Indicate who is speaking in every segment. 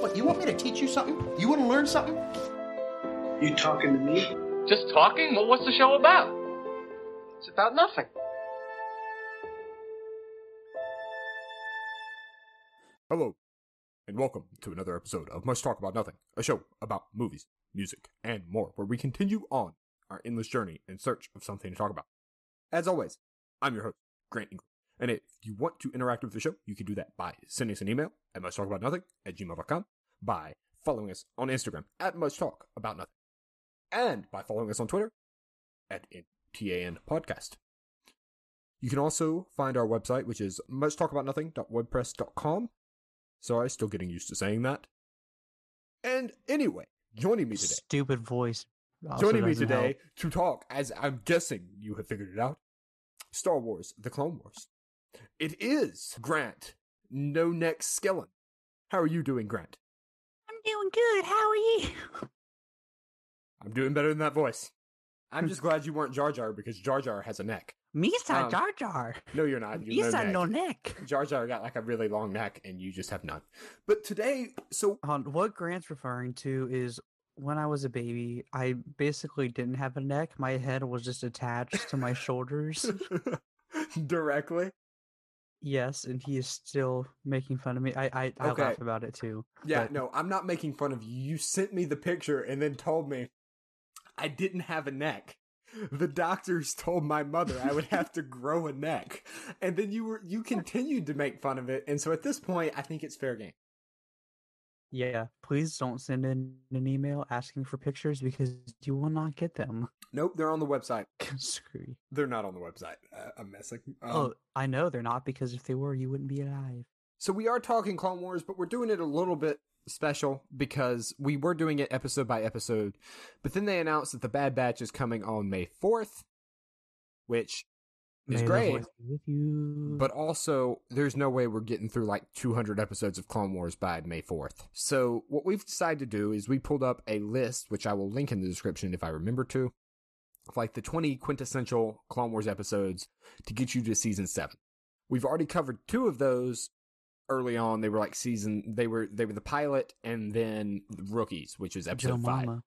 Speaker 1: What, you want me to teach you something? You want to learn something?
Speaker 2: You talking to me?
Speaker 3: Just talking? Well, what's the show about? It's about nothing.
Speaker 4: Hello, and welcome to another episode of Much Talk About Nothing, a show about movies, music, and more, where we continue on our endless journey in search of something to talk about. As always, I'm your host, Grant Ingram, and if you want to interact with the show, you can do that by sending us an email at muchtalkaboutnothing at gmail.com, by following us on Instagram at Much Talk About Nothing, and by following us on Twitter at NTAN Podcast. You can also find our website, which is muchtalkaboutnothing.wordpress.com, Sorry, still getting used to saying that. And anyway, joining me today,
Speaker 5: Stupid voice. also
Speaker 4: joining me
Speaker 5: doesn't
Speaker 4: today
Speaker 5: help.
Speaker 4: to talk, as I'm guessing you have figured it out, Star Wars: The Clone Wars. It is Grant, no neck skellin. How are you doing, Grant?
Speaker 5: I'm doing good. How are you?
Speaker 4: I'm doing better than that voice. I'm just glad you weren't Jar Jar because Jar Jar has a neck.
Speaker 5: Misa
Speaker 4: Um,
Speaker 5: Jar Jar.
Speaker 4: No, you're not. You're no
Speaker 5: Misa
Speaker 4: neck.
Speaker 5: no neck.
Speaker 4: Jar Jar got like a really long neck, and you just have none. But today, so
Speaker 5: On what Grant's referring to is when I was a baby, I basically didn't have a neck. My head was just attached to my shoulders.
Speaker 4: directly,
Speaker 5: Yes, and he is still making fun of me. I I, I
Speaker 4: Okay.
Speaker 5: laugh about it too.
Speaker 4: Yeah,
Speaker 5: but-
Speaker 4: no, I'm not making fun of you. You sent me the picture and then told me I didn't have a neck. The doctors told my mother I would have to grow a neck. And then you were you continued to make fun of it. And so at this point, I think it's fair game.
Speaker 5: Yeah, please don't send in an email asking for pictures because you will not get them.
Speaker 4: Nope, they're on the website.
Speaker 5: Screw you.
Speaker 4: They're not on the website. Uh, I'm messing. Um,
Speaker 5: oh, I know they're not because if they were, you wouldn't be alive.
Speaker 4: So we are talking Clone Wars, but we're doing it a little bit special because we were doing it episode by episode. But then they announced that the Bad Batch is coming on May 4th, which is
Speaker 5: May the
Speaker 4: great.
Speaker 5: Force be with you.
Speaker 4: But also, there's no way we're getting through like 200 episodes of Clone Wars by May 4th. So, what we've decided to do is we pulled up a list, which I will link in the description if I remember to, of like the 20 quintessential Clone Wars episodes to get you to season 7. We've already covered two of those early on. They were like season, they were, they were the pilot and then Rookies, which is
Speaker 5: Joe
Speaker 4: episode 5
Speaker 5: Mama.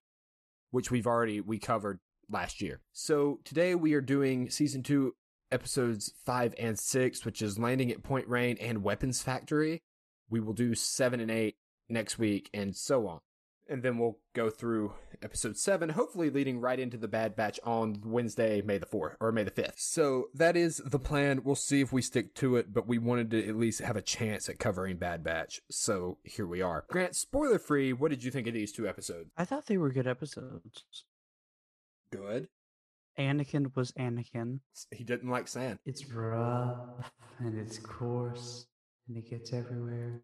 Speaker 4: which we've already we covered last year. So today we are doing season 2 episodes 5 and 6 which is landing at Point Rain and Weapons Factory. We will do 7 and 8 next week and so on. And then we'll go through episode 7 hopefully leading right into the Bad Batch on Wednesday, May the 4th or May the 5th. So that is the plan. We'll see if we stick to it, but we wanted to at least have a chance at covering Bad Batch. So here we are. Grant, spoiler free, what did you think of these two episodes?
Speaker 5: I thought they were good episodes.
Speaker 4: Good.
Speaker 5: Anakin was Anakin.
Speaker 4: he didn't like sand.
Speaker 5: It's rough and it's coarse and it gets everywhere.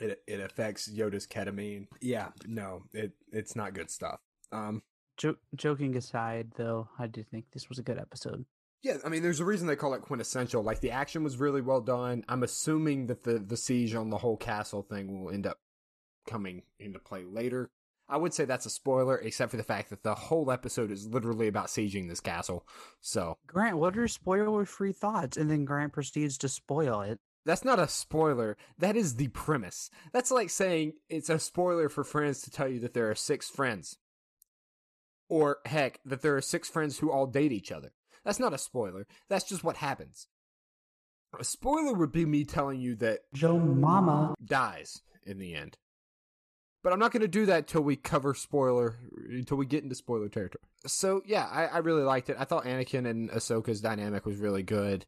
Speaker 4: It it affects Yoda's ketamine. Yeah, no, it it's not good stuff. Um,
Speaker 5: Jo- joking aside, though, I do think this was a good episode.
Speaker 4: yeah, I mean, there's a reason they call it quintessential. Like the action was really well done. I'm assuming that the the siege on the whole castle thing will end up coming into play later. I would say that's a spoiler, except for the fact that the whole episode is literally about sieging this castle. So
Speaker 5: Grant, what are spoiler-free thoughts? And then Grant proceeds to spoil it.
Speaker 4: That's not a spoiler. That is the premise. That's like saying it's a spoiler for friends to tell you that there are six friends. Or, heck, that there are six friends who all date each other. That's not a spoiler. That's just what happens. A spoiler would be me telling you that
Speaker 5: Joe Mama.
Speaker 4: dies in the end. But I'm not going to do that till we cover spoiler, until we get into spoiler territory. So yeah, I, I really liked it. I thought Anakin and Ahsoka's dynamic was really good.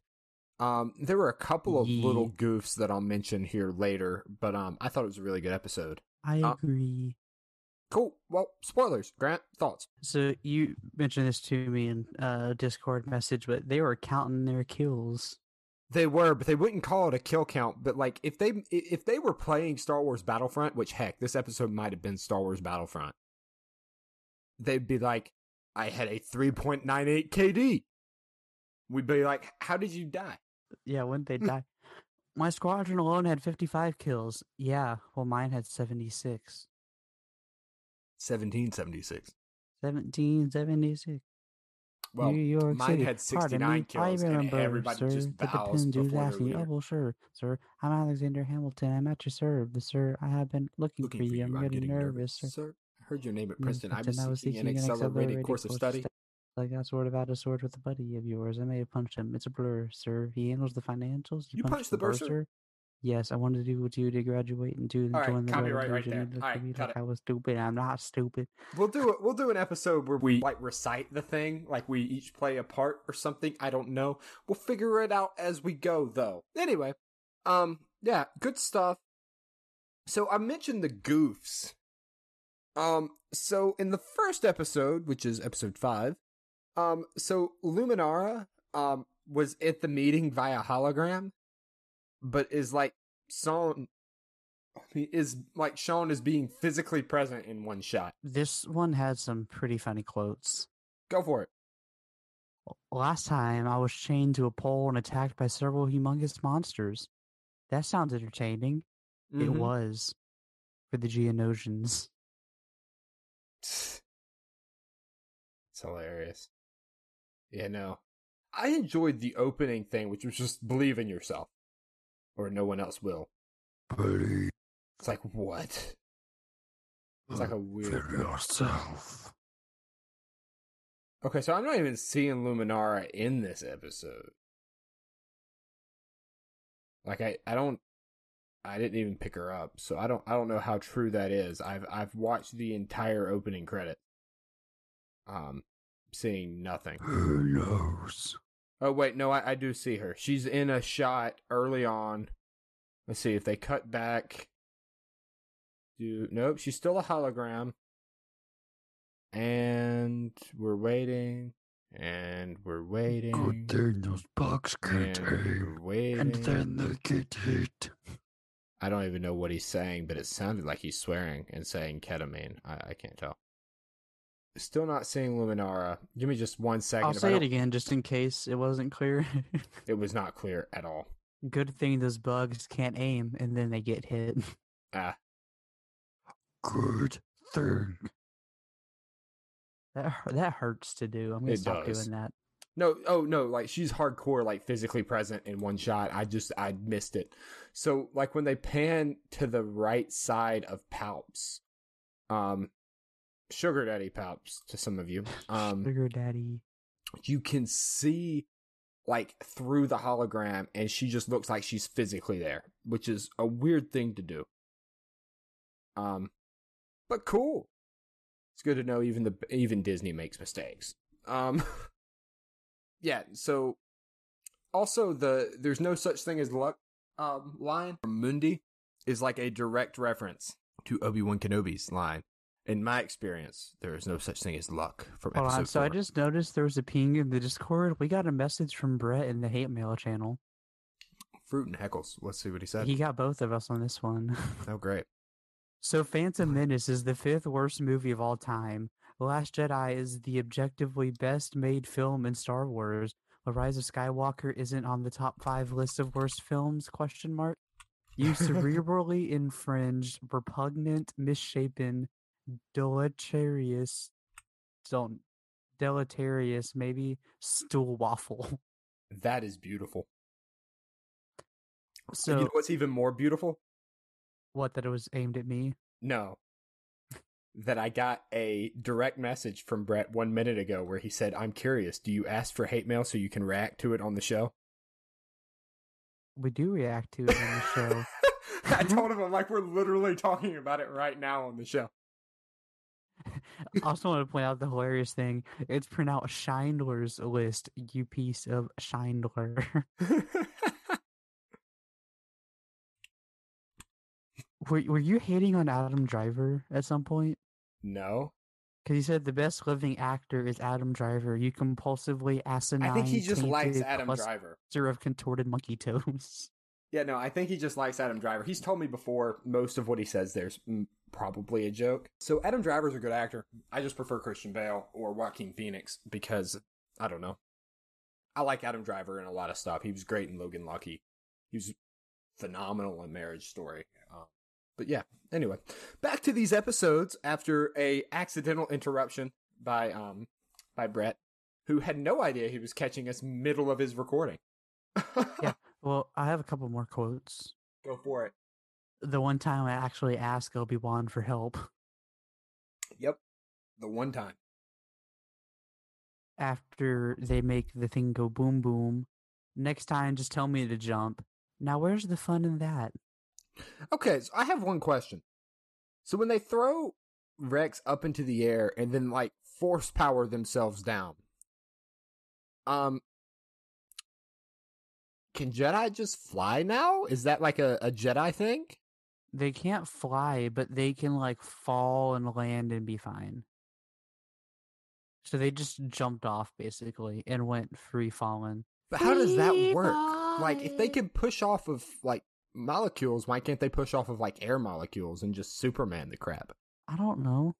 Speaker 4: Um, there were a couple of
Speaker 5: Ye-
Speaker 4: little goofs that I'll mention here later, but um, I thought it was a really good episode.
Speaker 5: I
Speaker 4: Uh,
Speaker 5: agree.
Speaker 4: Cool. Well, spoilers. Grant, thoughts?
Speaker 5: So you mentioned this to me in uh, Discord message, but they were counting their kills.
Speaker 4: They were, but they wouldn't call it a kill count. But like, if they if they were playing Star Wars Battlefront, which heck, this episode might have been Star Wars Battlefront, they'd be like, "I had a three point nine eight KD." We'd be like, "How did you die?"
Speaker 5: Yeah, wouldn't they die? My squadron alone had 55 kills. Yeah, well, mine had 76.
Speaker 4: Seventeen seventy six.
Speaker 5: 1776.
Speaker 4: Well,
Speaker 5: New York
Speaker 4: mine
Speaker 5: City.
Speaker 4: had
Speaker 5: Pardon
Speaker 4: 69
Speaker 5: me,
Speaker 4: kills,
Speaker 5: I
Speaker 4: and
Speaker 5: remember,
Speaker 4: everybody
Speaker 5: sir,
Speaker 4: just
Speaker 5: that
Speaker 4: bows
Speaker 5: the
Speaker 4: before their
Speaker 5: pin do
Speaker 4: leader.
Speaker 5: Oh, well, sure, sir. I'm Alexander Hamilton. I'm at your service, sir. I have been looking,
Speaker 4: Looking
Speaker 5: for you. I'm, getting, nervous, sir.
Speaker 4: sir. I heard your name at
Speaker 5: Mm,
Speaker 4: Princeton. I
Speaker 5: Captain,
Speaker 4: was seeking an
Speaker 5: seeking
Speaker 4: accelerated course of study.
Speaker 5: I got sword about a sword with a buddy of yours. I may have punched him. It's a blur, sir. He handles the financials.
Speaker 4: You punched the bursar?
Speaker 5: bursar. Yes, I wanted to do what you to graduate and do and
Speaker 4: All right,
Speaker 5: join the
Speaker 4: copyright right
Speaker 5: revolution.
Speaker 4: there.
Speaker 5: You looked
Speaker 4: All
Speaker 5: at
Speaker 4: right,
Speaker 5: me
Speaker 4: cut
Speaker 5: like
Speaker 4: it.
Speaker 5: I was stupid. I'm not stupid.
Speaker 4: We'll do it. We'll do an episode where we like recite the thing, like we each play a part or something. I don't know. We'll figure it out as we go, though. Anyway, um, yeah, good stuff. So I mentioned the goofs. Um, so in the first episode, which is episode five, um, so Luminara, um, was at the meeting via hologram, but is like Sean, is like Sean is being physically present in one shot.
Speaker 5: This one had some pretty funny quotes.
Speaker 4: Go for it.
Speaker 5: Last time I was chained to a pole and attacked by several humongous monsters. That sounds entertaining. It
Speaker 4: Mhm.
Speaker 5: was for the Geonosians.
Speaker 4: It's hilarious. Yeah, no. I enjoyed the opening thing, which was just believe in yourself, or no one else will.
Speaker 6: Believe
Speaker 4: It's like what? It's like a weird.
Speaker 6: in yourself.
Speaker 4: Okay, so I'm not even seeing Luminara in this episode. Like I, I don't, I didn't even pick her up, so I don't, I don't know how true that is. I've, I've watched the entire opening credit, um, seeing nothing.
Speaker 6: Who knows?
Speaker 4: Oh wait, no, I, I do see her. She's in a shot early on. Let's see if they cut back. Do nope, she's still a hologram. And we're waiting. And we're waiting.
Speaker 6: Good thing those bugs can't
Speaker 4: and
Speaker 6: aim.
Speaker 4: we're waiting.
Speaker 6: And then they get hit.
Speaker 4: I don't even know what he's saying, but it sounded like he's swearing and saying ketamine. I, I can't tell. Still not seeing Luminara. Give me just one second.
Speaker 5: I'll
Speaker 4: if I
Speaker 5: say it
Speaker 4: don't-
Speaker 5: again just in case it wasn't clear.
Speaker 4: It was not clear at all.
Speaker 5: Good thing those bugs can't aim and then they get hit.
Speaker 4: Ah,
Speaker 6: Good thing.
Speaker 5: That hu- that hurts to do. I'm gonna
Speaker 4: It
Speaker 5: stop
Speaker 4: does.
Speaker 5: doing that.
Speaker 4: No, oh no, like she's hardcore, like physically present in one shot. I just I missed it. So like when they pan to the right side of Palps, um Sugar Daddy Palps to some of you. Um
Speaker 5: Sugar daddy.
Speaker 4: you can see like through the hologram and she just looks like she's physically there, which is a weird thing to do. Um but cool. It's good to know even the even Disney makes mistakes. Um yeah, so also the there's no such thing as luck um line from Mundi is like a direct reference to Obi-Wan Kenobi's line. In my experience, there is no such thing as luck from
Speaker 5: Hold
Speaker 4: episode
Speaker 5: on. So I
Speaker 4: four.
Speaker 5: just noticed there was a ping in the Discord. We got a message from Brett in the hate mail channel.
Speaker 4: Fruit and Heckles. Let's see what he said.
Speaker 5: He got both of us on this one.
Speaker 4: oh, great.
Speaker 5: So, Phantom Menace is the fifth worst movie of all time. The Last Jedi is the objectively best made film in Star Wars. The Rise of Skywalker isn't on the top five list of worst films? Question mark. You cerebrally infringed, repugnant, misshapen, deleterious, don't deleterious, maybe stool waffle.
Speaker 4: That is beautiful. So,
Speaker 5: So
Speaker 4: you know what's even more beautiful?
Speaker 5: what? That it was aimed at me.
Speaker 4: No. That I got a direct message from Brett one minute ago where he said, I'm curious, do you ask for hate mail so you can react to it on the show?
Speaker 5: We do react to it on the show. Mm-hmm.
Speaker 4: I told him, I'm like, we're literally talking about it right now on the show.
Speaker 5: I also want to point out the hilarious thing. It's pronounced Schindler's List, you piece of Schindler. were, were you hating on Adam Driver at some point?
Speaker 4: no.
Speaker 5: Because he said the best living actor is Adam Driver. You compulsively asinine.
Speaker 4: I think he just likes
Speaker 5: tainted
Speaker 4: Adam
Speaker 5: cluster
Speaker 4: Driver.
Speaker 5: of contorted monkey toes.
Speaker 4: Yeah, no, I think he just likes Adam Driver. He's told me before most of what he says there's mm, probably a joke. So Adam Driver's a good actor. I just prefer Christian Bale or Joaquin Phoenix because I don't know. I like Adam Driver in a lot of stuff. He was great in Logan Lucky. He was phenomenal in Marriage Story. Uh, but yeah, anyway, back to these episodes after a accidental interruption by um by Brett who had no idea he was catching us middle of his recording.
Speaker 5: Yeah. Well, I have a couple more quotes.
Speaker 4: Go for it.
Speaker 5: The one time I actually asked Obi Wan for help
Speaker 4: Yep. The one time.
Speaker 5: after they make the thing go boom boom. Next time, just tell me to jump. Now, where's the fun in that?
Speaker 4: Okay, so I have one question. So when they throw Rex up into the air and then like force power themselves down, um, can Jedi just fly now? Is that like a, a Jedi thing?
Speaker 5: They can't fly, but they can like fall and land and be fine. So they just jumped off basically and went free falling.
Speaker 4: But how does that work? Like, if they can push off of like molecules, why can't they push off of like air molecules and just Superman the crap?
Speaker 5: I don't know.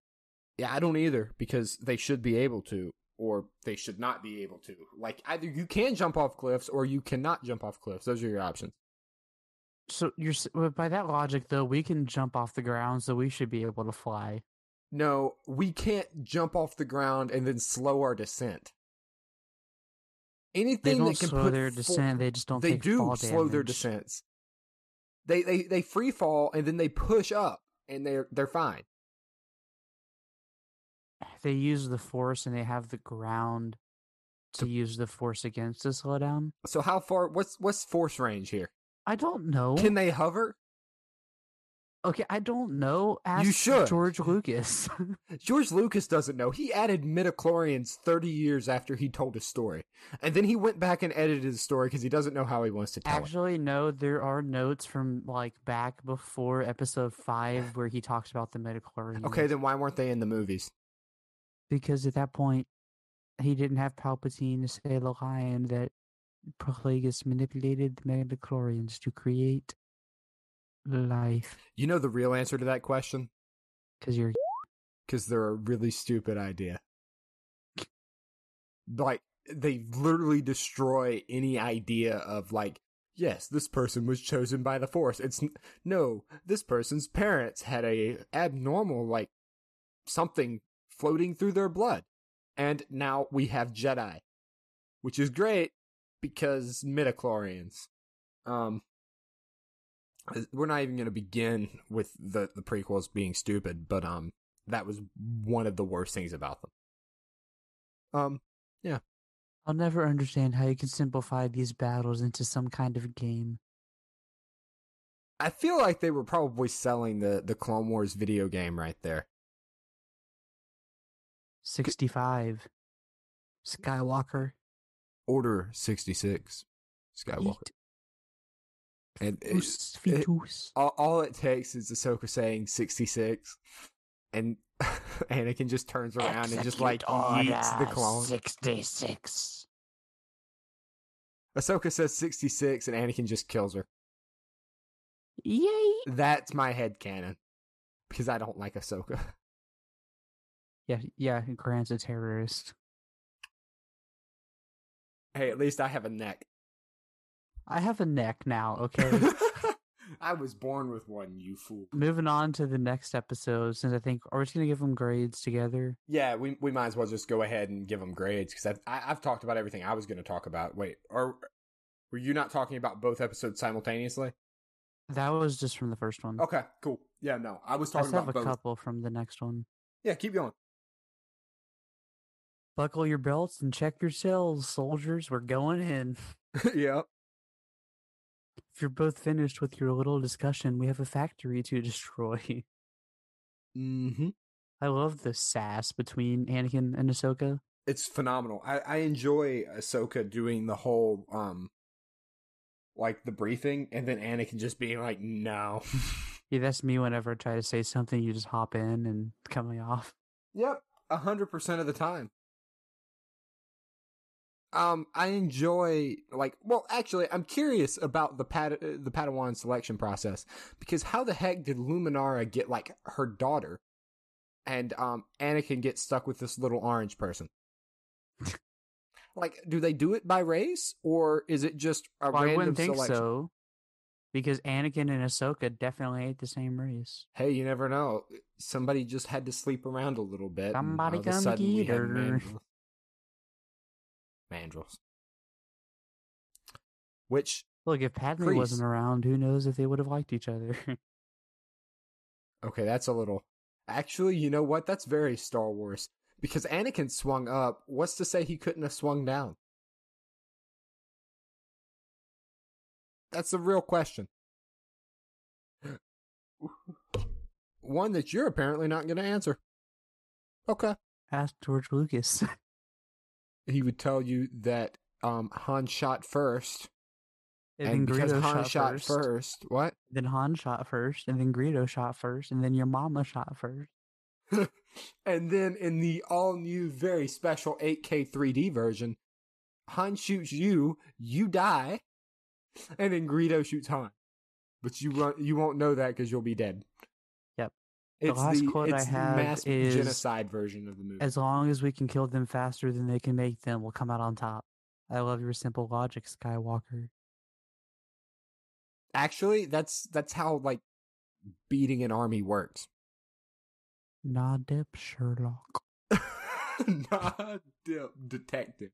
Speaker 4: Yeah, I don't either because they should be able to or they should not be able to. Like either you can jump off cliffs or you cannot jump off cliffs. Those are your options.
Speaker 5: So you're s- well, by that logic though, we can jump off the ground, so we should be able to fly.
Speaker 4: No, we can't jump off the ground and then slow our descent.
Speaker 5: They
Speaker 4: Anything
Speaker 5: don't
Speaker 4: that can
Speaker 5: slow
Speaker 4: put
Speaker 5: their
Speaker 4: fo-
Speaker 5: descent. They just don't.
Speaker 4: they
Speaker 5: take
Speaker 4: do
Speaker 5: fall
Speaker 4: slow their
Speaker 5: damage.
Speaker 4: descents. They they they free fall and then they push up and they're they're fine.
Speaker 5: They use the force and they have the ground to use the force against to slow down.
Speaker 4: So how far? What's what's force range here?
Speaker 5: I don't know.
Speaker 4: Can they hover?
Speaker 5: okay, I don't know. Ask
Speaker 4: should.
Speaker 5: George Lucas.
Speaker 4: George Lucas doesn't know. He added midichlorians 30 years after he told his story. And then he went back and edited his story because he doesn't know how he wants to tell
Speaker 5: Actually, no. There are notes from like back before episode five where he talks about the midichlorians.
Speaker 4: it. Okay, then why weren't they in the movies?
Speaker 5: because at that point he didn't have Palpatine to say the line that Plagueis manipulated the midichlorians to create life.
Speaker 4: You know the real answer to that question?
Speaker 5: Because you're
Speaker 4: Because they're a really stupid idea. Like, they literally destroy any idea of, like, yes, this person was chosen by the Force. It's n- no, this person's parents had a abnormal, like, something floating through their blood. And now we have Jedi, which is great because midichlorians. Um, we're not even going to begin with the, the prequels being stupid, but, um, that was one of the worst things about them. Um,
Speaker 5: I'll never understand how you can simplify these battles into some kind of game.
Speaker 4: I feel like they were probably selling the, the Clone Wars video game right there.
Speaker 5: 65. Skywalker.
Speaker 4: Order 66, Skywalker.
Speaker 5: Eat
Speaker 4: And it-
Speaker 5: us
Speaker 4: it-
Speaker 5: fetus.
Speaker 4: all, all it takes is Ahsoka saying 66, and Anakin just turns around and just like eats the clone.
Speaker 5: 66.
Speaker 4: Ahsoka says 66, and Anakin just kills her.
Speaker 5: Yay!
Speaker 4: That's my head canon because I don't like Ahsoka.
Speaker 5: Yeah, yeah, Grant's a terrorist.
Speaker 4: Hey, at least I have a neck.
Speaker 5: I have a neck now, okay?
Speaker 4: I was born with one, you fool.
Speaker 5: Moving on to the next episode, since I think are we just gonna give them grades together?
Speaker 4: Yeah, we we might as well just go ahead and give them grades because I, I I've talked about everything I was going to talk about. Wait, or were you not talking about both episodes simultaneously?
Speaker 5: That was just from the first one.
Speaker 4: Okay, cool. Yeah, no, I was
Speaker 5: I
Speaker 4: talking
Speaker 5: still have a
Speaker 4: Oh, about both.
Speaker 5: couple from the next one.
Speaker 4: Yeah, keep going.
Speaker 5: Buckle your belts and check your cells, soldiers. We're going in.
Speaker 4: yeah.
Speaker 5: If you're both finished with your little discussion, we have a factory to destroy.
Speaker 4: Mm-hmm.
Speaker 5: I love the sass between Anakin and Ahsoka.
Speaker 4: It's phenomenal. I I enjoy Ahsoka doing the whole um like the briefing, and then Anakin just being like, "No."
Speaker 5: Yeah, that's me whenever I try to say something, you just hop in and cut me off.
Speaker 4: Yep, a hundred percent of the time. Um, I enjoy like well, actually, I'm curious about the Pad- uh, the Padawan selection process because how the heck did Luminara get like her daughter, and um, Anakin get stuck with this little orange person? like, do they do it by race or is it just a
Speaker 5: Well, I
Speaker 4: random
Speaker 5: wouldn't think
Speaker 4: selection?
Speaker 5: so. Because Anakin and Ahsoka definitely ain't the same race.
Speaker 4: Hey, you never know. Somebody just had to sleep around a little bit. and
Speaker 5: Somebody
Speaker 4: all of a
Speaker 5: come
Speaker 4: sudden we
Speaker 5: get
Speaker 4: had
Speaker 5: her.
Speaker 4: men-
Speaker 7: Mandrels. Which
Speaker 5: Look, if Padme
Speaker 7: Grease.
Speaker 5: wasn't around, who knows if they would have liked each other?
Speaker 7: Okay, that's a little. Actually, you know what? That's very Star Wars. Because Anakin swung up, what's to say he couldn't have swung down? That's the real question. One that you're apparently not going to answer. Okay.
Speaker 5: Ask George Lucas.
Speaker 7: He would tell you that um, Han shot first.
Speaker 5: and,
Speaker 7: and
Speaker 5: then
Speaker 7: because
Speaker 5: Greedo
Speaker 7: Han
Speaker 5: shot,
Speaker 7: shot
Speaker 5: first,
Speaker 7: first, what?
Speaker 5: Then Han shot first, and then Greedo shot first, and then your mama shot first.
Speaker 7: and then in the all new, very special 8K 3D version, Han shoots you, you die, and then Greedo shoots Han. But you won't, you won't know that because you'll be dead.
Speaker 5: Yep. The
Speaker 7: It's the,
Speaker 5: last quote I
Speaker 7: it's the
Speaker 5: have
Speaker 7: mass
Speaker 5: is-
Speaker 7: genocide version of the movie.
Speaker 5: As long as we can kill them faster than they can make them, we'll come out on top. I love your simple logic, Skywalker.
Speaker 7: Actually, that's that's how like beating an army works.
Speaker 5: Nah, dip, Sherlock.
Speaker 7: Not de- detective.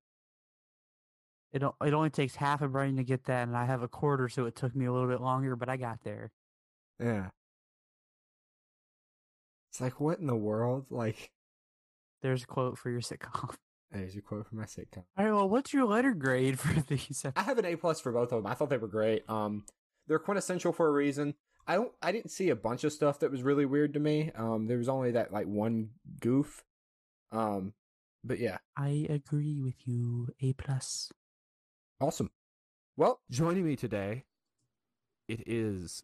Speaker 5: It o- it only takes half a brain to get that, and I have a quarter, so it took me a little bit longer, but I got there.
Speaker 7: Yeah. It's like what in the world? Like
Speaker 5: There's a quote for your sitcom.
Speaker 7: there's a quote from my sitcom.
Speaker 5: All right, well, what's your letter grade for these?
Speaker 7: I have an A plus for both of them. I thought they were great. Um, they're quintessential for a reason. I don't. I didn't see a bunch of stuff that was really weird to me. Um, there was only that like one goof. Um, but yeah,
Speaker 5: I agree with you. A plus.
Speaker 7: awesome. Well,
Speaker 4: Joining me today, it is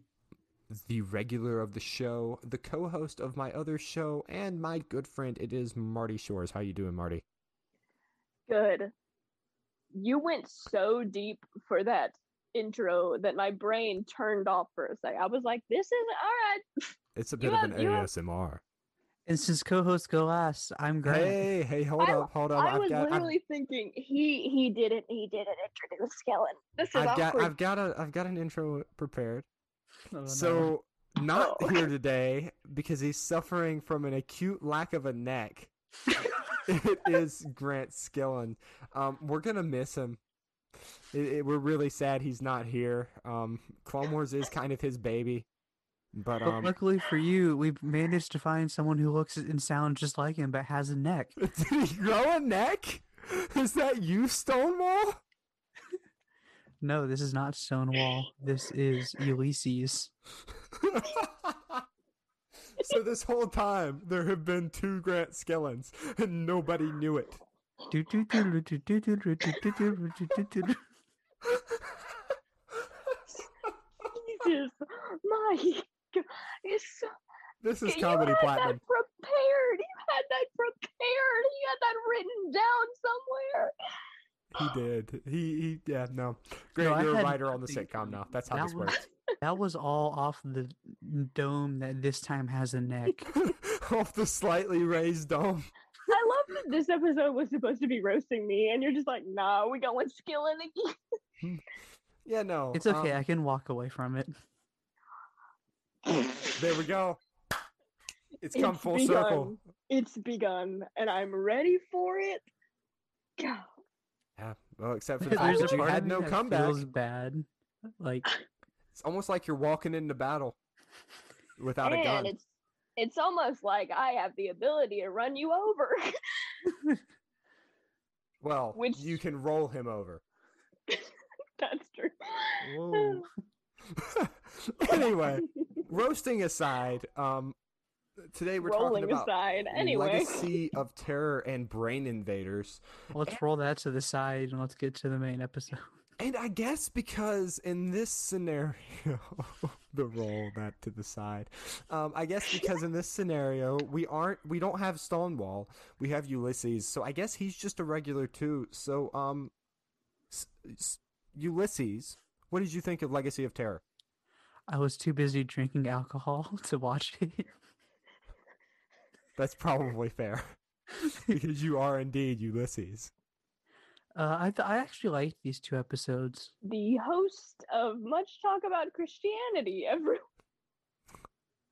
Speaker 4: the regular of the show, the co-host of my other show, and my good friend. It is Marty Shores. How you doing, Marty?
Speaker 8: Good. You went so deep for that intro that my brain turned off for a sec. I was like, this is all
Speaker 4: It's a
Speaker 8: bit of have- an you have-
Speaker 4: ASMR.
Speaker 5: And since co-host go last, I'm Grant.
Speaker 4: Hey, hey, hold
Speaker 8: I-
Speaker 4: up, hold up.
Speaker 8: right. I
Speaker 4: have
Speaker 8: was
Speaker 4: got, I've-
Speaker 8: literally thinking he he didn't he didn't introduce Kellen. This is
Speaker 4: I've, got,
Speaker 8: awkward.
Speaker 4: I've got a, I've got an intro prepared.
Speaker 5: Oh, no.
Speaker 4: So not
Speaker 8: Oh.
Speaker 4: here today because he's suffering from an acute lack of a neck. it is Grant Skillen. Um, we're gonna miss him. It, it- we're really sad he's not here. Um, Clone Wars is kind of his baby, but
Speaker 5: But
Speaker 4: um,
Speaker 5: luckily for you, we've managed to find someone who looks and sounds just like him, but has a neck.
Speaker 4: did he grow a neck? Is that you, Stonewall?
Speaker 5: No, this is not Stonewall. This is Ulysses.
Speaker 4: so this whole time there have been two Grant Skellens, and nobody knew it.
Speaker 5: That's
Speaker 8: Jesus, my God. It's so,
Speaker 4: This is
Speaker 8: you
Speaker 4: comedy
Speaker 8: had
Speaker 4: platinum.
Speaker 8: that prepared. You had that prepared. You had that written down somewhere.
Speaker 4: He did. He, he yeah, no. Grant,
Speaker 5: I
Speaker 4: you're a
Speaker 5: had
Speaker 4: writer on the
Speaker 5: nothing.
Speaker 4: sitcom now. That's how
Speaker 5: That
Speaker 4: this
Speaker 5: was-
Speaker 4: works.
Speaker 5: that was all off the dome that this time has a neck.
Speaker 4: Off the slightly raised dome.
Speaker 8: I love that this episode was supposed to be roasting me, and you're just like, nah, we going skilling again.
Speaker 4: Yeah, no.
Speaker 5: It's okay.
Speaker 4: um,
Speaker 5: I can walk away from it.
Speaker 4: there we go. It's come
Speaker 8: It's
Speaker 4: full
Speaker 8: begun.
Speaker 4: circle.
Speaker 8: It's begun, and I'm ready for it. God.
Speaker 4: Yeah. Well, except for the fact
Speaker 5: There's a
Speaker 4: that you
Speaker 5: part
Speaker 4: had
Speaker 5: of me
Speaker 4: no
Speaker 5: that
Speaker 4: comeback.
Speaker 5: feels bad. Like
Speaker 4: It's almost like you're walking into battle without a gun.
Speaker 8: And it's it's almost like I have the ability to run you over.
Speaker 4: Well,
Speaker 8: which-
Speaker 4: you can roll him over.
Speaker 8: That's true.
Speaker 5: whoa.
Speaker 4: anyway, roasting aside, um, today we're
Speaker 8: Rolling
Speaker 4: talking about
Speaker 8: aside. Anyway.
Speaker 4: legacy of terror and brain invaders.
Speaker 5: Let's roll that to the side and let's get to the main episode.
Speaker 4: And I guess because in this scenario, the roll that to the side. Um, I guess because in this scenario we aren't we don't have Stonewall, we have Ulysses. So I guess he's just a regular too. So um, s- s- Ulysses, what did you think of Legacy of Terror?
Speaker 5: I was too busy drinking alcohol to watch it.
Speaker 4: That's probably fair. because you are indeed Ulysses.
Speaker 5: Uh, I th- I actually liked these two episodes.
Speaker 8: The host of Much Talk About Christianity, everyone.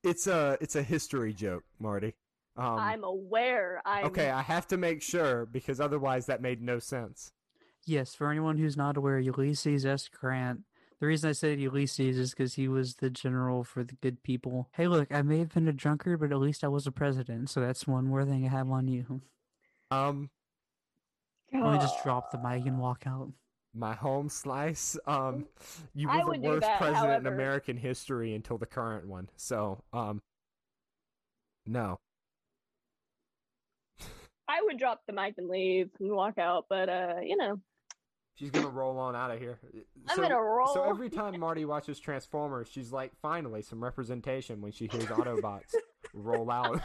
Speaker 4: It's a it's a history joke, Marty. Um,
Speaker 8: I'm aware. I'm
Speaker 4: okay, I have to make sure because otherwise that made no sense.
Speaker 5: Yes, for anyone who's not aware, Ulysses S. Grant. The reason I said Ulysses is because he was the general for the good people. Hey, look, I may have been a drunkard, but at least I was a president, so that's one more thing I have on you.
Speaker 4: Um,
Speaker 5: Let me just drop the mic and walk out.
Speaker 4: my home slice. Um, you
Speaker 8: Mm, I
Speaker 4: were the
Speaker 8: would do
Speaker 4: worst
Speaker 8: that,
Speaker 4: president in
Speaker 8: however.
Speaker 4: American history until the current one. So, um, no.
Speaker 8: I would drop the mic and leave and walk out, but uh, you know,
Speaker 4: She's gonna roll on out of here.
Speaker 8: I'm
Speaker 4: So-
Speaker 8: gonna roll.
Speaker 4: So every time Marty watches Transformers, she's like, finally, some representation when she hears Autobots roll out.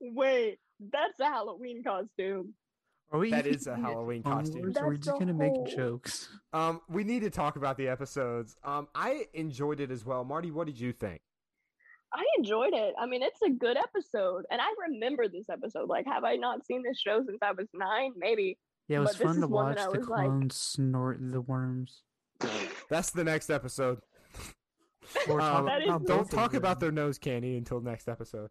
Speaker 8: Wait, that's a Halloween costume.
Speaker 5: Are we
Speaker 4: That
Speaker 5: even
Speaker 4: is a
Speaker 5: doing it
Speaker 4: Halloween
Speaker 5: on
Speaker 4: costume.
Speaker 5: words, or Are we
Speaker 8: That's
Speaker 5: just
Speaker 8: the
Speaker 5: gonna make
Speaker 8: whole-
Speaker 5: jokes?
Speaker 4: Um, we need to talk about the episodes. Um, I enjoyed it as well. Marty, what did you think?
Speaker 8: I enjoyed it. I mean, it's a good episode, and I remember this episode. Like, have I not seen this show since I was nine? Maybe.
Speaker 5: Yeah, it was
Speaker 8: But this
Speaker 5: fun to
Speaker 8: is one
Speaker 5: watch
Speaker 8: that I
Speaker 5: the
Speaker 8: was like-
Speaker 5: clones snort the worms.
Speaker 4: That's the next episode.
Speaker 5: Or
Speaker 4: Um,
Speaker 5: talk
Speaker 8: That is
Speaker 5: about
Speaker 8: Don't
Speaker 5: both
Speaker 4: Don't
Speaker 5: of
Speaker 4: talk about
Speaker 5: them.
Speaker 4: their nose candy until next episode.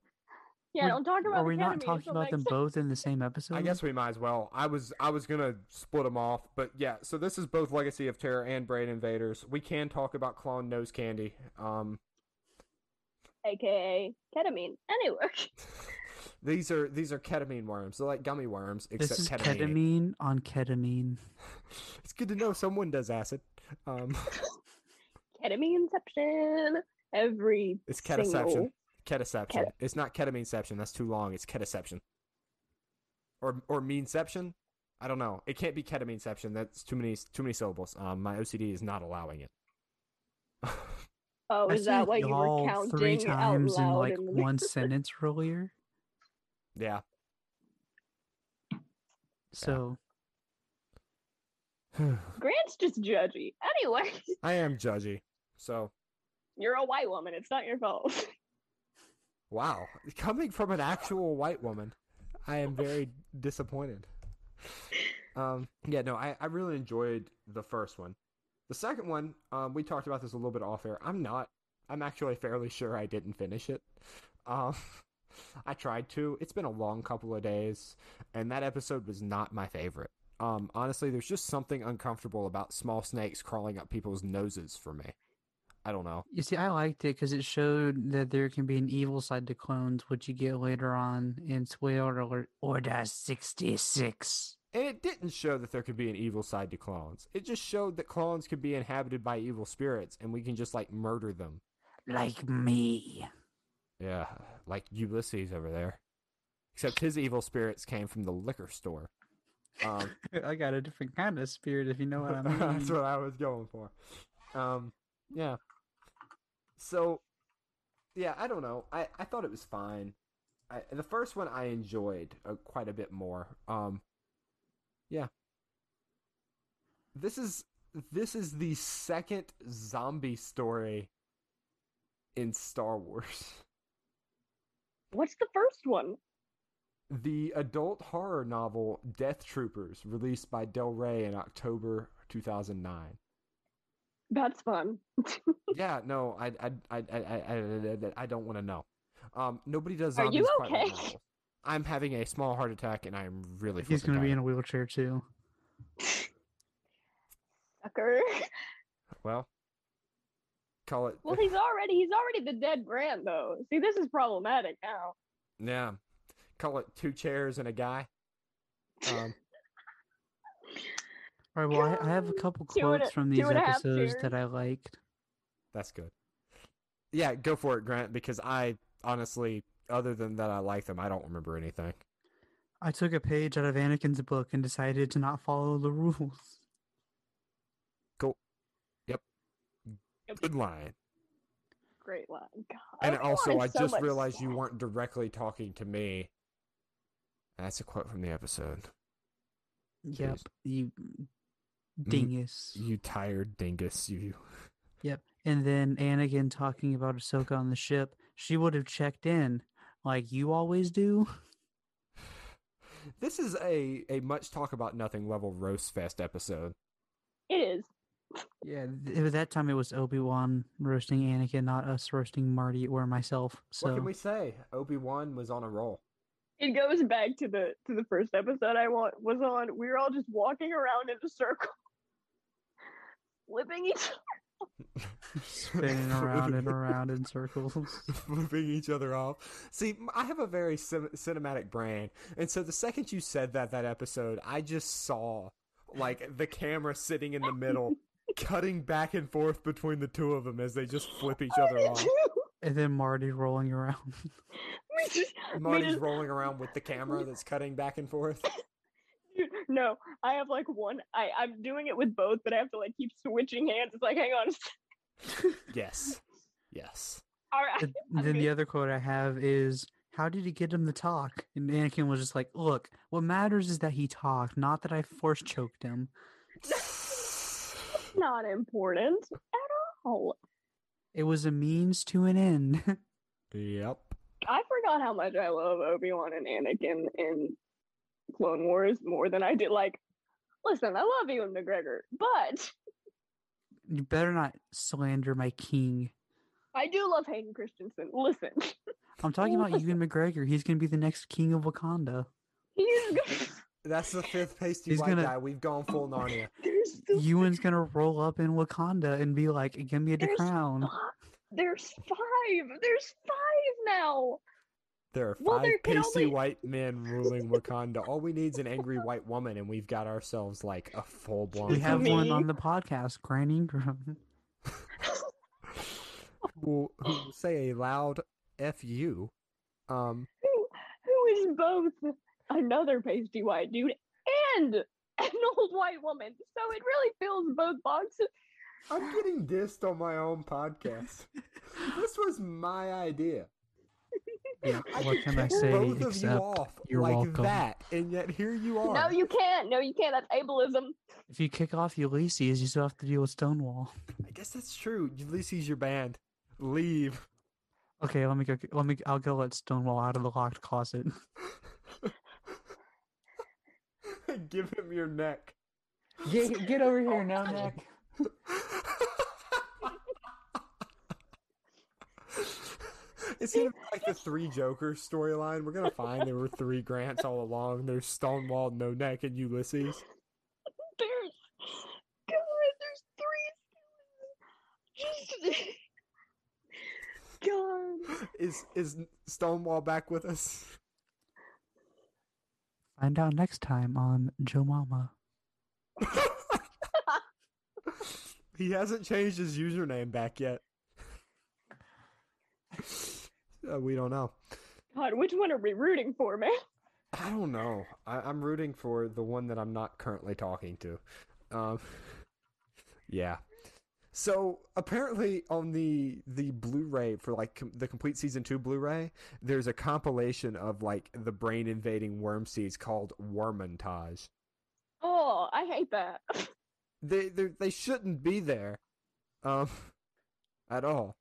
Speaker 8: Yeah,
Speaker 5: We're-
Speaker 8: don't talk about.
Speaker 5: Are we
Speaker 8: the
Speaker 5: not
Speaker 8: Academy
Speaker 5: talking
Speaker 8: until
Speaker 5: about them
Speaker 8: next-
Speaker 5: both in the same episode?
Speaker 4: I guess we might as well. I was I was gonna split them off, but yeah. So this is both Legacy of Terror and Brain Invaders. We can talk about Clone Nose Candy. Um,
Speaker 8: AKA ketamine. Anyway,
Speaker 4: these are these are ketamine worms. They're like gummy worms, except
Speaker 5: this is
Speaker 4: ketamine.
Speaker 5: ketamine on ketamine.
Speaker 4: It's good to know someone does acid. Um,
Speaker 8: ketamine inception. Every
Speaker 4: it's ketaception.
Speaker 8: single-
Speaker 4: Ketaception.
Speaker 8: Ket-
Speaker 4: It's not ketamineception. That's too long. It's ketaception. Or or meanception. I don't know. It can't be ketamineception. That's too many too many syllables. Um, my OCD is not allowing it.
Speaker 8: Oh,
Speaker 5: I
Speaker 8: is that
Speaker 5: said
Speaker 8: why you were
Speaker 5: y'all
Speaker 8: counting
Speaker 5: three
Speaker 8: out
Speaker 5: times
Speaker 8: loud
Speaker 5: in like
Speaker 8: in the-
Speaker 5: one sentence earlier?
Speaker 4: yeah.
Speaker 5: So
Speaker 8: Grant's just judgy. Anyway,
Speaker 4: I am judgy. So,
Speaker 8: you're a white woman. It's not your fault.
Speaker 4: wow. Coming from an actual white woman, I am very disappointed. Um, yeah, no, I, I really enjoyed the first one. The second one, um, we talked about this a little bit off air. I'm not. I'm actually fairly sure I didn't finish it. Um, I tried to. It's been a long couple of days, and that episode was not my favorite. Um, honestly, there's just something uncomfortable about small snakes crawling up people's noses for me. I don't know.
Speaker 5: you see, I liked it because it showed that there can be an evil side to clones, which you get later on in Spoiler Alert Order sixty six.
Speaker 4: And it didn't show that there could be an evil side to clones. It just showed that clones could be inhabited by evil spirits and we can just like murder them.
Speaker 5: Like me.
Speaker 4: Yeah, like Ulysses over there. Except his evil spirits came from the liquor store. Um,
Speaker 5: I got a different kind of spirit, if you know what I mean.
Speaker 4: that's what I was going for. Um, yeah. So, yeah, I don't know. I, I thought it was fine. I, the first one I enjoyed uh, quite a bit more. Um, yeah. This is this is the second zombie story in Star Wars.
Speaker 8: What's the first one?
Speaker 4: The adult horror novel Death Troopers, released by Del Rey in October 2009.
Speaker 8: That's fun.
Speaker 4: Yeah, no, I, I, I, I, I, I- I don't want to know. Um, nobody does
Speaker 8: Are
Speaker 4: zombies.
Speaker 8: you
Speaker 4: quite like
Speaker 8: okay?
Speaker 4: novels. I'm having a small heart attack, and I am really.
Speaker 5: He's
Speaker 4: going to
Speaker 5: be in a wheelchair too.
Speaker 8: Sucker.
Speaker 4: Well, call it.
Speaker 8: Well, he's already he's already the dead Grant though. See, this is problematic now.
Speaker 4: yeah, call it two chairs and a guy. Um,
Speaker 5: All right. Well, I, I have a
Speaker 8: God,
Speaker 5: couple
Speaker 8: two and a-
Speaker 5: quotes from
Speaker 8: two
Speaker 5: these
Speaker 8: and a half
Speaker 5: episodes that
Speaker 8: chairs.
Speaker 5: I liked.
Speaker 4: that's good. Yeah, go for it, Grant. Because I honestly, other than that, I like them. I don't remember anything.
Speaker 5: I took a page out of Anakin's book and decided to not follow the rules.
Speaker 4: Good line.
Speaker 8: Great line. God,
Speaker 4: And
Speaker 8: we
Speaker 4: also,
Speaker 8: wanted
Speaker 4: I
Speaker 8: so
Speaker 4: just
Speaker 8: much
Speaker 4: realized you
Speaker 8: stuff.
Speaker 4: weren't directly talking to me. That's a quote from the episode.
Speaker 5: Yep.
Speaker 4: Jeez.
Speaker 5: Mm-hmm. You mm, dingus.
Speaker 4: You tired dingus, you.
Speaker 5: Yep. And then Anakin talking about Ahsoka on the ship. She would have checked in like you always do.
Speaker 4: This is a, a much talk about nothing level roast fest episode.
Speaker 8: It is.
Speaker 5: Yeah. Th- at that time, it was Obi Wan roasting Anakin, not us roasting Marty or myself. So
Speaker 4: What can we say? Obi Wan was on a roll.
Speaker 8: It goes back to the to the first episode I wa- was on. We were all just walking around in a circle, flipping each.
Speaker 5: spinning around and around in circles.
Speaker 4: flipping each other off. See, m- I have a very cin- cinematic brain, and so the second you said that that episode, I just saw like the camera sitting in the middle, cutting back and forth between the two of them as they just flip each other
Speaker 8: Me
Speaker 4: off.
Speaker 8: too.
Speaker 5: And then Marty rolling around.
Speaker 8: Me just- me
Speaker 4: Marty's
Speaker 8: just-
Speaker 4: rolling around with the camera that's cutting back and forth.
Speaker 8: Dude, no, I have like one. I I'm doing it with both, but I have to like keep switching hands. It's like, hang on. a sec.
Speaker 4: Yes, yes.
Speaker 8: All right.
Speaker 5: And then
Speaker 8: mean-
Speaker 5: the other quote I have is, "How did he get him to talk?" And Anakin was just like, "Look, what matters is that he talked, not that I force choked him."
Speaker 8: not important at all.
Speaker 5: It was a means to an end.
Speaker 4: Yep.
Speaker 8: I forgot how much I love Obi Wan and Anakin in Clone Wars more than I did. Like, listen, I love Ewan McGregor, but
Speaker 5: you better not slander my king.
Speaker 8: I do love Hayden Christensen. Listen,
Speaker 5: I'm talking about Ewan McGregor. He's gonna be the next king of Wakanda.
Speaker 8: he's good.
Speaker 4: That's the fifth pasty
Speaker 5: He's
Speaker 4: white
Speaker 5: gonna-
Speaker 4: guy. We've gone full Narnia.
Speaker 8: There's still
Speaker 5: Ewan's gonna roll up in Wakanda and be like, "Give me the
Speaker 8: There's-
Speaker 5: crown."
Speaker 8: fi- There's five. There's five now.
Speaker 4: There are five
Speaker 8: Well, there can
Speaker 4: pasty
Speaker 8: only-
Speaker 4: white men ruling Wakanda. All we need's an angry white woman, and we've got ourselves like a full blown.
Speaker 5: We
Speaker 8: It's
Speaker 5: have one on
Speaker 8: me.
Speaker 5: the podcast, Grant Ingram.
Speaker 4: who, who will say a loud "f you." Um,
Speaker 8: Who, who is both another pasty white dude and an old white woman. So it really fills both boxes.
Speaker 4: I'm getting dissed on my own podcast. this was my idea.
Speaker 5: Yeah,
Speaker 4: I
Speaker 5: what
Speaker 4: could
Speaker 5: can I
Speaker 4: piss
Speaker 5: say
Speaker 4: both of you
Speaker 5: except
Speaker 4: off
Speaker 5: you're
Speaker 4: like
Speaker 5: welcome.
Speaker 4: that, and yet here you are.
Speaker 8: No, you can't. No, you can't. That's ableism.
Speaker 5: if you kick off Ulysses, you still have to deal with Stonewall.
Speaker 4: I guess that's true. Ulysses, you're banned. Leave.
Speaker 5: Okay, let me go. Let me. I'll go let Stonewall out of the locked closet.
Speaker 4: Give him your neck.
Speaker 5: Get, get over here now, Nick.
Speaker 4: it's gonna be like the three Jokers storyline. We're gonna find there were three Grants all along. There's Stonewall, No Neck, and Ulysses.
Speaker 8: There's God, there's three skeletons. Just God.
Speaker 4: Is is Stonewall back with us?
Speaker 5: Find out next time on Joe Mama.
Speaker 4: he hasn't changed his username back yet. Uh, we don't know.
Speaker 8: God, which one are we rooting for, man?
Speaker 4: I don't know. I, I'm rooting for the one that I'm not currently talking to. Um, yeah. So apparently, on the the Blu-ray for like com- the complete season two Blu-ray, there's a compilation of like the brain invading worm seeds called Wormontage.
Speaker 8: Oh, I hate that.
Speaker 4: They they they shouldn't be there, um, at all.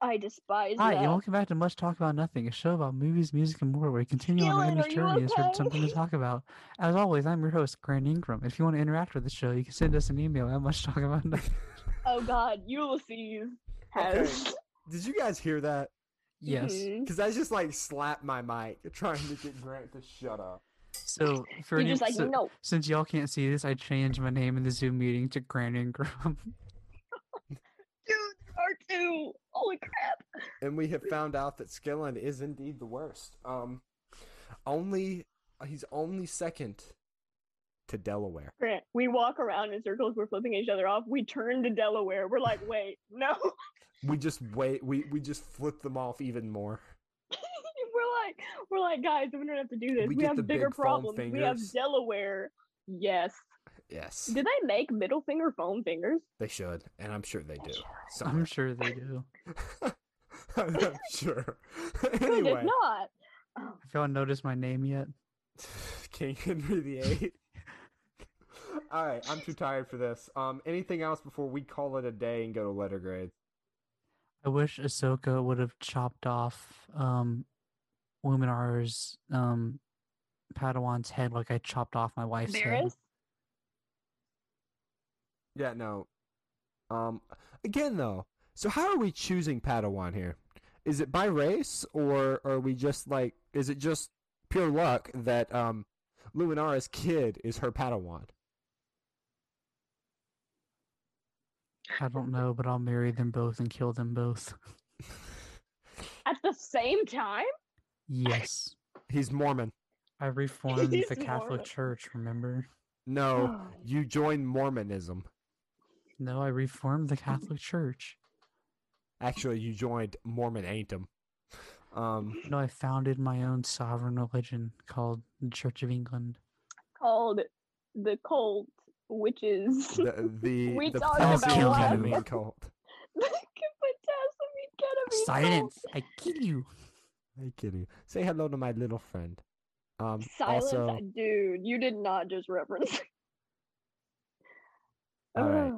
Speaker 8: I despise
Speaker 5: Hi,
Speaker 8: that.
Speaker 5: and welcome back to Much Talk About Nothing, a show about movies, music, and more, where we continue on our
Speaker 8: Dylan,
Speaker 5: endless
Speaker 8: are you
Speaker 5: journey in search of
Speaker 8: okay?
Speaker 5: something to talk about. As always, I'm your host, Grant Ingram. If you want to interact with the show, you can send us an email at Much Talk About Nothing.
Speaker 8: Oh God, Ulysses has.
Speaker 4: Did you guys hear that?
Speaker 5: yes.
Speaker 8: Mhm.
Speaker 4: Because I just like slapped my mic trying to get Grant to shut up.
Speaker 5: So for
Speaker 8: You're
Speaker 5: any-
Speaker 8: just like
Speaker 5: so-
Speaker 8: no.
Speaker 5: since y'all can't see this, I changed my name in the Zoom meeting to Grant Ingram.
Speaker 8: Dude, there are two. Holy crap!
Speaker 4: and we have found out that Skellen is indeed the worst. Um, only he's only second to Delaware.
Speaker 8: Grant, we walk around in circles. We're flipping each other off. We turn to Delaware. We're like, wait, no.
Speaker 4: We just wait. We we just flip them off even more.
Speaker 8: we're like, we're like, guys, we don't have to do this.
Speaker 4: We
Speaker 8: We,
Speaker 4: get the
Speaker 8: have bigger
Speaker 4: big foam
Speaker 8: problems. We have
Speaker 4: fingers.
Speaker 8: Delaware. Yes.
Speaker 4: Yes,
Speaker 8: Do they make middle finger foam fingers?
Speaker 4: they should, and I'm sure they do.
Speaker 5: I'm
Speaker 4: Somewhere.
Speaker 5: sure they do.
Speaker 4: I'm sure.
Speaker 8: They did
Speaker 4: anyway,
Speaker 8: not. Oh,
Speaker 5: If y'all noticed my name yet,
Speaker 4: King Henry the Eighth. All right, I'm too tired for this. Um, anything else before we call it a day and go to letter grades?
Speaker 5: I wish Ahsoka would have chopped off um Luminar's um Padawan's head like I chopped off my wife's head.
Speaker 8: Varys?
Speaker 4: Yeah, no. Um, again though. So how are we choosing Padawan here? Is it by race or are we just like? Is it just pure luck that um, Luminara's kid is her Padawan.
Speaker 5: I don't know, but I'll marry them both and kill them both.
Speaker 8: At the same time?
Speaker 5: Yes.
Speaker 4: He's Mormon.
Speaker 5: I reformed the
Speaker 8: He's
Speaker 5: Catholic
Speaker 8: Mormon.
Speaker 5: Church, remember?
Speaker 4: No, you join Mormonism.
Speaker 5: No, I reformed the Catholic Church.
Speaker 4: Actually, you joined Mormon Aintum. Um,
Speaker 5: No, I founded my own sovereign religion called the Church of England.
Speaker 8: Called the cult, which is the
Speaker 4: the the,
Speaker 8: We
Speaker 4: the
Speaker 8: talked
Speaker 5: about
Speaker 4: Fascinating
Speaker 5: what?
Speaker 4: Ketamine cult.
Speaker 8: potassium ketamine
Speaker 5: Silence!
Speaker 8: cult.
Speaker 5: I kill you.
Speaker 4: I kid you. Say hello to my little friend. Um,
Speaker 8: Silence,
Speaker 4: also,
Speaker 8: dude. You did not just reference. Oh.
Speaker 4: All right.
Speaker 8: Ugh.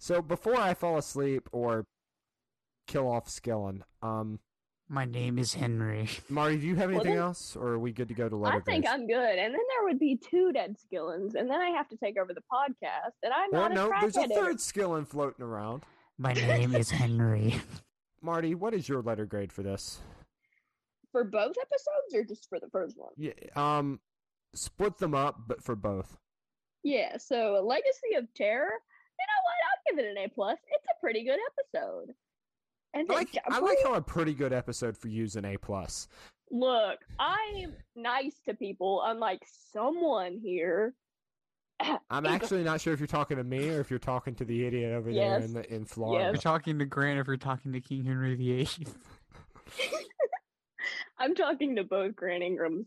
Speaker 4: So before I fall asleep or kill off Skellen, um,
Speaker 5: My name is Henry.
Speaker 4: Marty, do you have
Speaker 8: Well,
Speaker 4: anything
Speaker 8: then-
Speaker 4: else, or are we good to go to
Speaker 8: I
Speaker 4: letter
Speaker 8: think I'm good. And then there would be two dead skillins, and then I have to take over the podcast, and I'm
Speaker 4: Or
Speaker 8: not
Speaker 4: no,
Speaker 8: a
Speaker 4: there's a
Speaker 8: crackhead at it.
Speaker 4: third Skellen floating around.
Speaker 5: My name is Henry.
Speaker 4: Marty, what is your letter grade for this?
Speaker 8: for both episodes or just for the first one.
Speaker 4: Yeah, um, split them up, but for both.
Speaker 8: Yeah, so Legacy of Terror. You know what? I'll give it an A plus. It's a pretty good episode.
Speaker 4: I
Speaker 8: And the
Speaker 4: like, I
Speaker 8: Jabber-
Speaker 4: like how a pretty good episode for you's an A plus.
Speaker 8: look, I'm nice to people, unlike someone here.
Speaker 4: I'm
Speaker 8: Eagle.
Speaker 4: actually not sure if you're talking to me or if you're talking to the idiot over there
Speaker 8: Yes.
Speaker 4: in the, in Florida.
Speaker 5: You're talking to Grant if you're talking to King Henry VIII.
Speaker 8: I'm talking to both Grant Ingrams.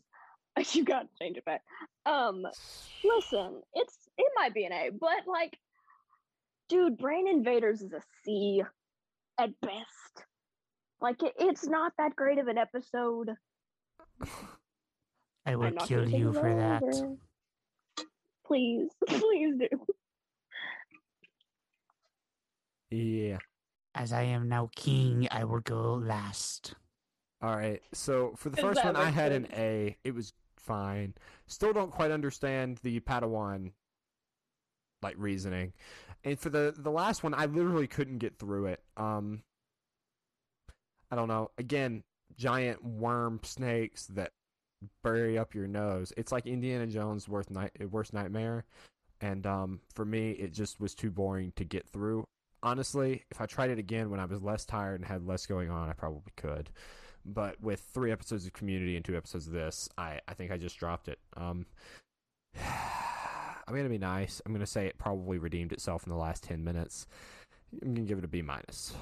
Speaker 8: You got to change it back. Um, listen, it's it might be an A, but like, dude, Brain Invaders is a C at best. Like, it, it's not that great of an episode.
Speaker 5: I will
Speaker 8: I'm not gonna
Speaker 5: kill
Speaker 8: take
Speaker 5: you
Speaker 8: it
Speaker 5: for that.
Speaker 8: over. Please, please do.
Speaker 4: Yeah.
Speaker 5: As I am now king, I will go last.
Speaker 4: All right. So for the
Speaker 8: Is
Speaker 4: first
Speaker 8: that
Speaker 4: one, I
Speaker 8: like
Speaker 4: had
Speaker 8: the-
Speaker 4: an A. It was fine. Still don't quite understand the Padawan like reasoning. And for the the last one, I literally couldn't get through it. Um, I don't know. Again, giant worm snakes that bury up your nose. It's like Indiana Jones' worst night worst nightmare. And um, for me, it just was too boring to get through. Honestly, if I tried it again when I was less tired and had less going on, I probably could but with three episodes of community and two episodes of this i i think i just dropped it um i'm gonna be nice i'm gonna say it probably redeemed itself in the last 10 minutes i'm gonna give it a b minus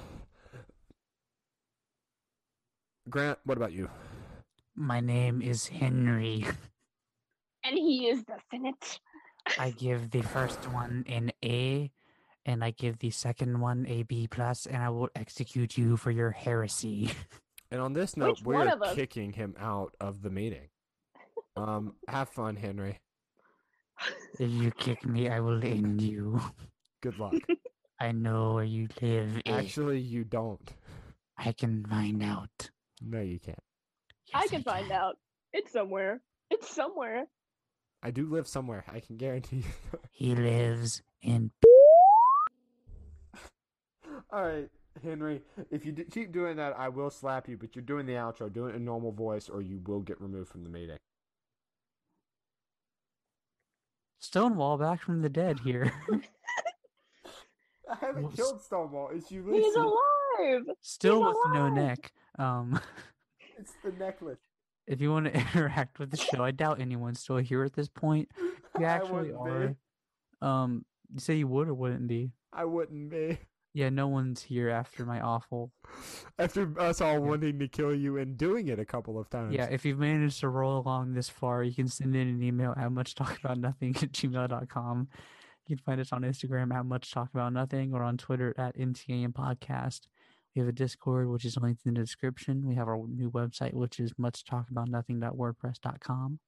Speaker 4: grant what about you
Speaker 5: My name is Henry.
Speaker 8: And he is the Senate.
Speaker 5: I give the first one an A, and I give the second one a B plus, and I will execute you for your heresy.
Speaker 4: and on this note
Speaker 8: Which one
Speaker 4: we're
Speaker 8: of us?
Speaker 4: kicking him out of the meeting um have fun henry
Speaker 5: If you kick me, I will end you.
Speaker 4: good luck
Speaker 5: I know where you live. eh?
Speaker 4: actually you don't
Speaker 5: I can find out.
Speaker 4: no you can't
Speaker 8: I
Speaker 5: Yes,
Speaker 8: can find out. It's somewhere. It's somewhere.
Speaker 4: i do live somewhere i can guarantee you that.
Speaker 5: He lives in.
Speaker 4: All right, Henry. If you d- keep doing that, I will slap you. But you're doing the outro. Do it in normal voice, or you will get removed from the meeting.
Speaker 5: Stonewall back from the dead here.
Speaker 4: I haven't
Speaker 5: Whoops.
Speaker 4: killed Stonewall. It's you.
Speaker 8: He's alive.
Speaker 5: Still with no
Speaker 8: alive.
Speaker 5: neck. Um.
Speaker 4: It's the necklace.
Speaker 5: If you want to interact with the show, I doubt anyone's still here at this point. You
Speaker 4: I
Speaker 5: actually
Speaker 4: wouldn't
Speaker 5: are. Um, you say you would or wouldn't be?
Speaker 4: I wouldn't be.
Speaker 5: Yeah, no one's here after my awful.
Speaker 4: After us all wanting to kill you and doing it a couple of times.
Speaker 5: Yeah, if you've managed to roll along this far, you can send in an email at much talk about nothing at gmail.com. You can find us on Instagram at much talk about nothing or on Twitter at MTAM podcast. We have a Discord, which is linked in the description. We have our new website, which is much talk about nothing.wordpress.com.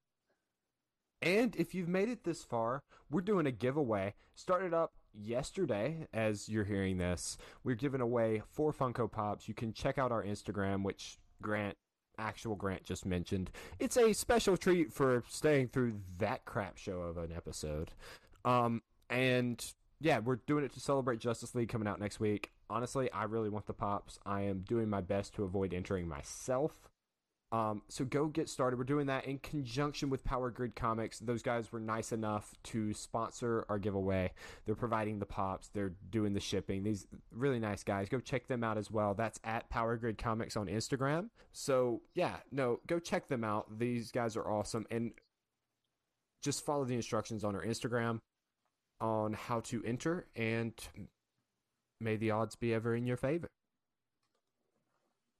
Speaker 4: And if you've made it this far, we're doing a giveaway. Started up yesterday as you're hearing this. We're giving away four Funko Pops. You can check out our Instagram, which Grant, actual Grant, just mentioned. It's a special treat for staying through that crap show of an episode. Um, and yeah, we're doing it to celebrate Justice League coming out next week. Honestly, I really want the pops. I am doing my best to avoid entering myself. Um, so go get started. We're doing that in conjunction with Power Grid Comics. Those guys were nice enough to sponsor our giveaway. They're providing the pops. They're doing the shipping. These really nice guys. Go check them out as well. That's at Power Grid Comics on Instagram. So yeah, no, go check them out. These guys are awesome, and just follow the instructions on our Instagram on how to enter, and may the odds be ever in your favor.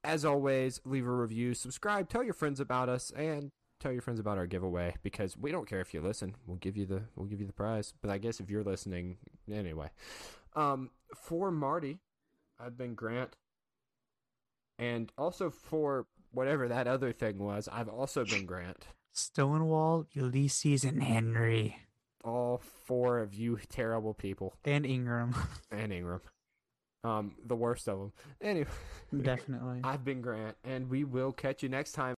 Speaker 4: As always, leave a review, subscribe, tell your friends about us, and tell your friends about our giveaway because we don't care if you listen. We'll give you the we'll give you the prize. But I guess if you're listening anyway. Um, for Marty, I've been Grant, and also for whatever that other thing was, I've also been Grant.
Speaker 5: Stonewall, Ulysses, and Henry.
Speaker 4: All four of you terrible people
Speaker 5: And Ingram.
Speaker 4: and Ingram, um, the worst of them. Anyway.
Speaker 5: Definitely.
Speaker 4: I've been Grant, and we will catch you next time.